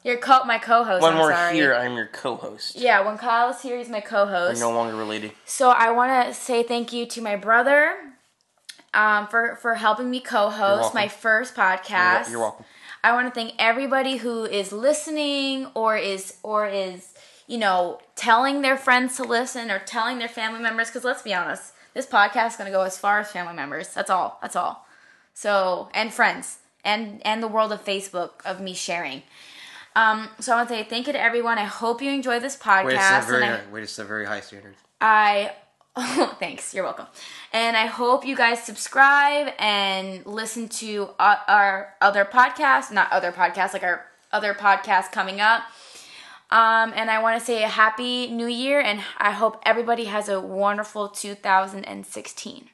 Speaker 1: Your co my co-host.
Speaker 2: When
Speaker 1: I'm
Speaker 2: we're
Speaker 1: sorry.
Speaker 2: here, I'm your co-host.
Speaker 1: Yeah, when Kyle's here, he's my
Speaker 2: We're
Speaker 1: co-host.
Speaker 2: no longer related.
Speaker 1: So I want to say thank you to my brother um, for for helping me co-host
Speaker 2: welcome.
Speaker 1: my first
Speaker 2: You're wel-
Speaker 1: podcast.
Speaker 2: You're welcome.
Speaker 1: I want to thank everybody who is listening or is or is you know telling their friends to listen or telling their family members because let's be honest, this podcast is going to go as far as family members. That's all. That's all. So and friends and and the world of Facebook of me sharing. Um, so I want to say thank you to everyone. I hope you enjoy this podcast.
Speaker 2: Wait, it's a
Speaker 1: and
Speaker 2: very
Speaker 1: I-
Speaker 2: high- wait, it's a very high standard.
Speaker 1: I thanks, you're welcome. And I hope you guys subscribe and listen to o- our other podcasts, not other podcasts, like our other podcasts coming up. Um, and I want to say a happy new year, and I hope everybody has a wonderful 2016.